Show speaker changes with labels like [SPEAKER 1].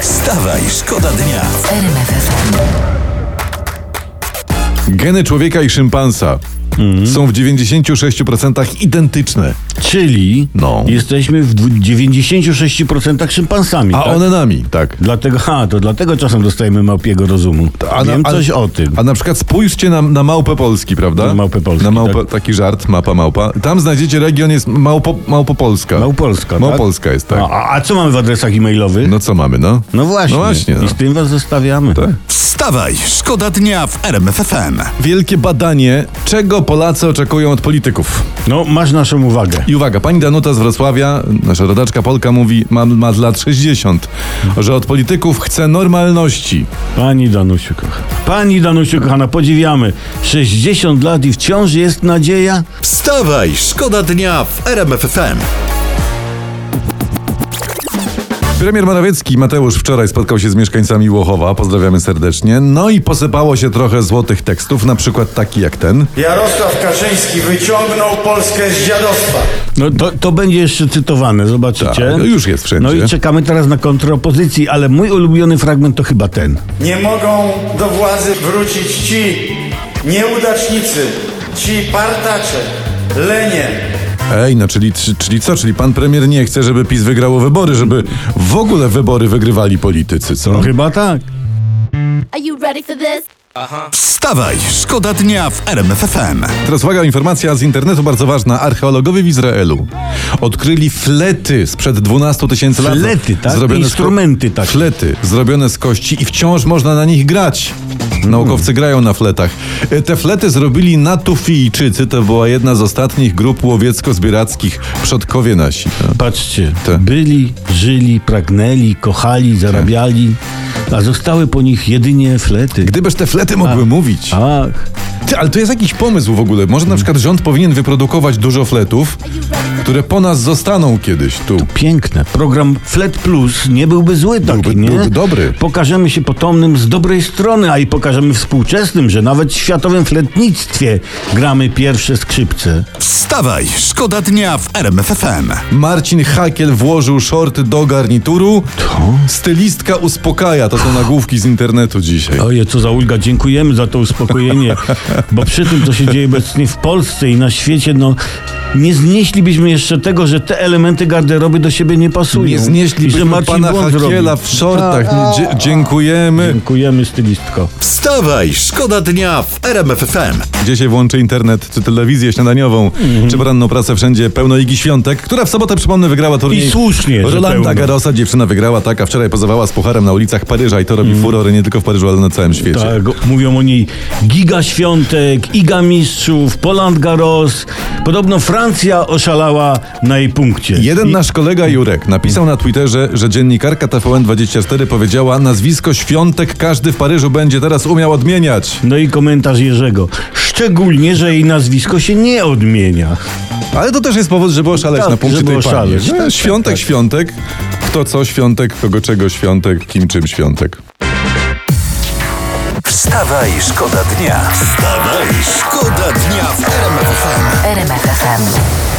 [SPEAKER 1] Wstawaj, szkoda dnia.
[SPEAKER 2] RMF FM.
[SPEAKER 3] Geny człowieka i szympansa
[SPEAKER 4] Mhm.
[SPEAKER 3] są w 96% identyczne.
[SPEAKER 4] Czyli
[SPEAKER 3] No.
[SPEAKER 4] jesteśmy w dwu- 96% szympansami.
[SPEAKER 3] A
[SPEAKER 4] tak?
[SPEAKER 3] one nami, tak.
[SPEAKER 4] Dlatego, ha, to dlatego czasem dostajemy małpiego rozumu.
[SPEAKER 3] A na-
[SPEAKER 4] Wiem
[SPEAKER 3] a-
[SPEAKER 4] coś o tym.
[SPEAKER 3] A na przykład spójrzcie na, na małpę Polski, prawda?
[SPEAKER 4] Na Małpę Polski,
[SPEAKER 3] Na małpę,
[SPEAKER 4] tak.
[SPEAKER 3] Taki żart, mapa małpa. Tam znajdziecie region jest Małpo, Małpopolska.
[SPEAKER 4] Małpolska, tak?
[SPEAKER 3] Małpolska jest, tak.
[SPEAKER 4] A- A, a co mamy w adresach e-mailowych?
[SPEAKER 3] No co mamy, no?
[SPEAKER 4] No właśnie.
[SPEAKER 3] No właśnie, no.
[SPEAKER 4] I z tym was zostawiamy.
[SPEAKER 3] Tak.
[SPEAKER 1] Wstawaj, szkoda dnia w RMF FM.
[SPEAKER 3] Wielkie badanie, czego Polacy oczekują od polityków.
[SPEAKER 4] No, masz naszą uwagę.
[SPEAKER 3] I uwaga, pani Danuta z Wrocławia, nasza rodaczka Polka mówi, ma, ma z lat 60, że od polityków chce normalności.
[SPEAKER 4] Pani Danusiu kochana. Pani Danusiu kochana, podziwiamy. 60 lat i wciąż jest nadzieja?
[SPEAKER 1] Wstawaj, szkoda dnia w RMF FM.
[SPEAKER 3] Premier Morawiecki Mateusz wczoraj spotkał się z mieszkańcami Łochowa, pozdrawiamy serdecznie. No i posypało się trochę złotych tekstów, na przykład taki jak ten.
[SPEAKER 5] Jarosław Kaczyński wyciągnął Polskę z dziadostwa.
[SPEAKER 4] No to, to będzie jeszcze cytowane, zobaczycie.
[SPEAKER 3] Tak, no już jest wszędzie.
[SPEAKER 4] No i czekamy teraz na kontropozycji, ale mój ulubiony fragment to chyba ten.
[SPEAKER 5] Nie mogą do władzy wrócić ci nieudacznicy, ci partacze, lenie,
[SPEAKER 3] Ej, no czyli, czyli co? Czyli pan premier nie chce, żeby PiS wygrało wybory, żeby w ogóle wybory wygrywali politycy, co?
[SPEAKER 4] No chyba tak.
[SPEAKER 6] Are you ready for this?
[SPEAKER 1] Wstawaj, szkoda dnia w RMF FM.
[SPEAKER 3] Teraz uwaga, informacja z internetu bardzo ważna. Archeologowie w Izraelu odkryli flety sprzed 12 tysięcy lat.
[SPEAKER 4] Flety, tak?
[SPEAKER 3] z ko-
[SPEAKER 4] Instrumenty takie.
[SPEAKER 3] Flety, zrobione z kości i wciąż można na nich grać.
[SPEAKER 4] Hmm.
[SPEAKER 3] Naukowcy grają na fletach. E, Te flety zrobili Natufijczycy. To była jedna z ostatnich grup łowiecko-zbierackich. Przodkowie nasi. No.
[SPEAKER 4] Patrzcie,
[SPEAKER 3] Tak.
[SPEAKER 4] byli, żyli, pragnęli, kochali, zarabiali, a zostały po nich jedynie flety.
[SPEAKER 3] Gdybyż te flety mogły mówić.
[SPEAKER 4] Ach,
[SPEAKER 3] Ty, ale to jest jakiś pomysł w ogóle. Może
[SPEAKER 4] Hmm.
[SPEAKER 3] na przykład rząd powinien wyprodukować dużo fletów, które po nas zostaną kiedyś tu.
[SPEAKER 4] piękne. Program Flet Plus nie byłby zły taki,
[SPEAKER 3] Byłby-
[SPEAKER 4] nie?
[SPEAKER 3] byłby dobry.
[SPEAKER 4] Pokażemy się potomnym z dobrej strony, a i pokażemy współczesnym, że nawet w światowym fletnictwie gramy pierwsze skrzypce.
[SPEAKER 1] Wstawaj, szkoda dnia w RMF FM.
[SPEAKER 3] Marcin Hakiel włożył shorty do garnituru. Stylistka uspokaja. To są nagłówki z internetu dzisiaj.
[SPEAKER 4] Oje, co za ulga, dziękujemy za to uspokojenie, bo przy tym, co się dzieje obecnie w Polsce i na świecie, no nie znieślibyśmy jeszcze tego, że te elementy garderoby do siebie nie pasują.
[SPEAKER 3] Nie
[SPEAKER 4] I że
[SPEAKER 3] znieślibyśmy
[SPEAKER 4] Marcin
[SPEAKER 3] pana
[SPEAKER 4] błąd
[SPEAKER 3] Hakiela
[SPEAKER 4] zrobił. Tak.
[SPEAKER 3] w shortach. Dzie- dziękujemy.
[SPEAKER 4] Dziękujemy stylistko.
[SPEAKER 1] Wstawaj, szkoda dnia w RMF FM.
[SPEAKER 3] Gdzie się włączy internet, czy telewizję śniadaniową,
[SPEAKER 4] Mhm.
[SPEAKER 3] czy poranną pracę, wszędzie pełno Igi Świątek, która w sobotę, przypomnę, wygrała turniej.
[SPEAKER 4] I słusznie, że
[SPEAKER 3] Rolanda
[SPEAKER 4] pełno.
[SPEAKER 3] Garosa, dziewczyna wygrała tak, a wczoraj pozowała z pucharem na ulicach Paryża i to robi furorę nie tylko w Paryżu, ale na całym świecie.
[SPEAKER 4] Mhm. Tak, o- mówią o niej Giga Świątek, Iga Mistrzów, Poland Garros. Podobno Francja oszalała na jej punkcie.
[SPEAKER 3] Jeden
[SPEAKER 4] I,
[SPEAKER 3] nasz kolega Jurek napisał na Twitterze, że dziennikarka TVN24 powiedziała nazwisko Świątek każdy w Paryżu będzie teraz umiał odmieniać.
[SPEAKER 4] No i komentarz Jerzego. Szczególnie, że jej nazwisko się nie odmienia.
[SPEAKER 3] Ale to też jest powód, żeby oszaleć
[SPEAKER 4] Tak,
[SPEAKER 3] na punkcie
[SPEAKER 4] żeby
[SPEAKER 3] tej pani.
[SPEAKER 4] oszaleć.
[SPEAKER 3] No,
[SPEAKER 4] Tak, tak,
[SPEAKER 3] świątek,
[SPEAKER 4] tak.
[SPEAKER 3] świątek. Kto co świątek, kogo czego świątek, kim czym świątek.
[SPEAKER 1] Wstawaj, szkoda dnia. Wstawaj, szkoda dnia w RMF FM.
[SPEAKER 2] RMF FM.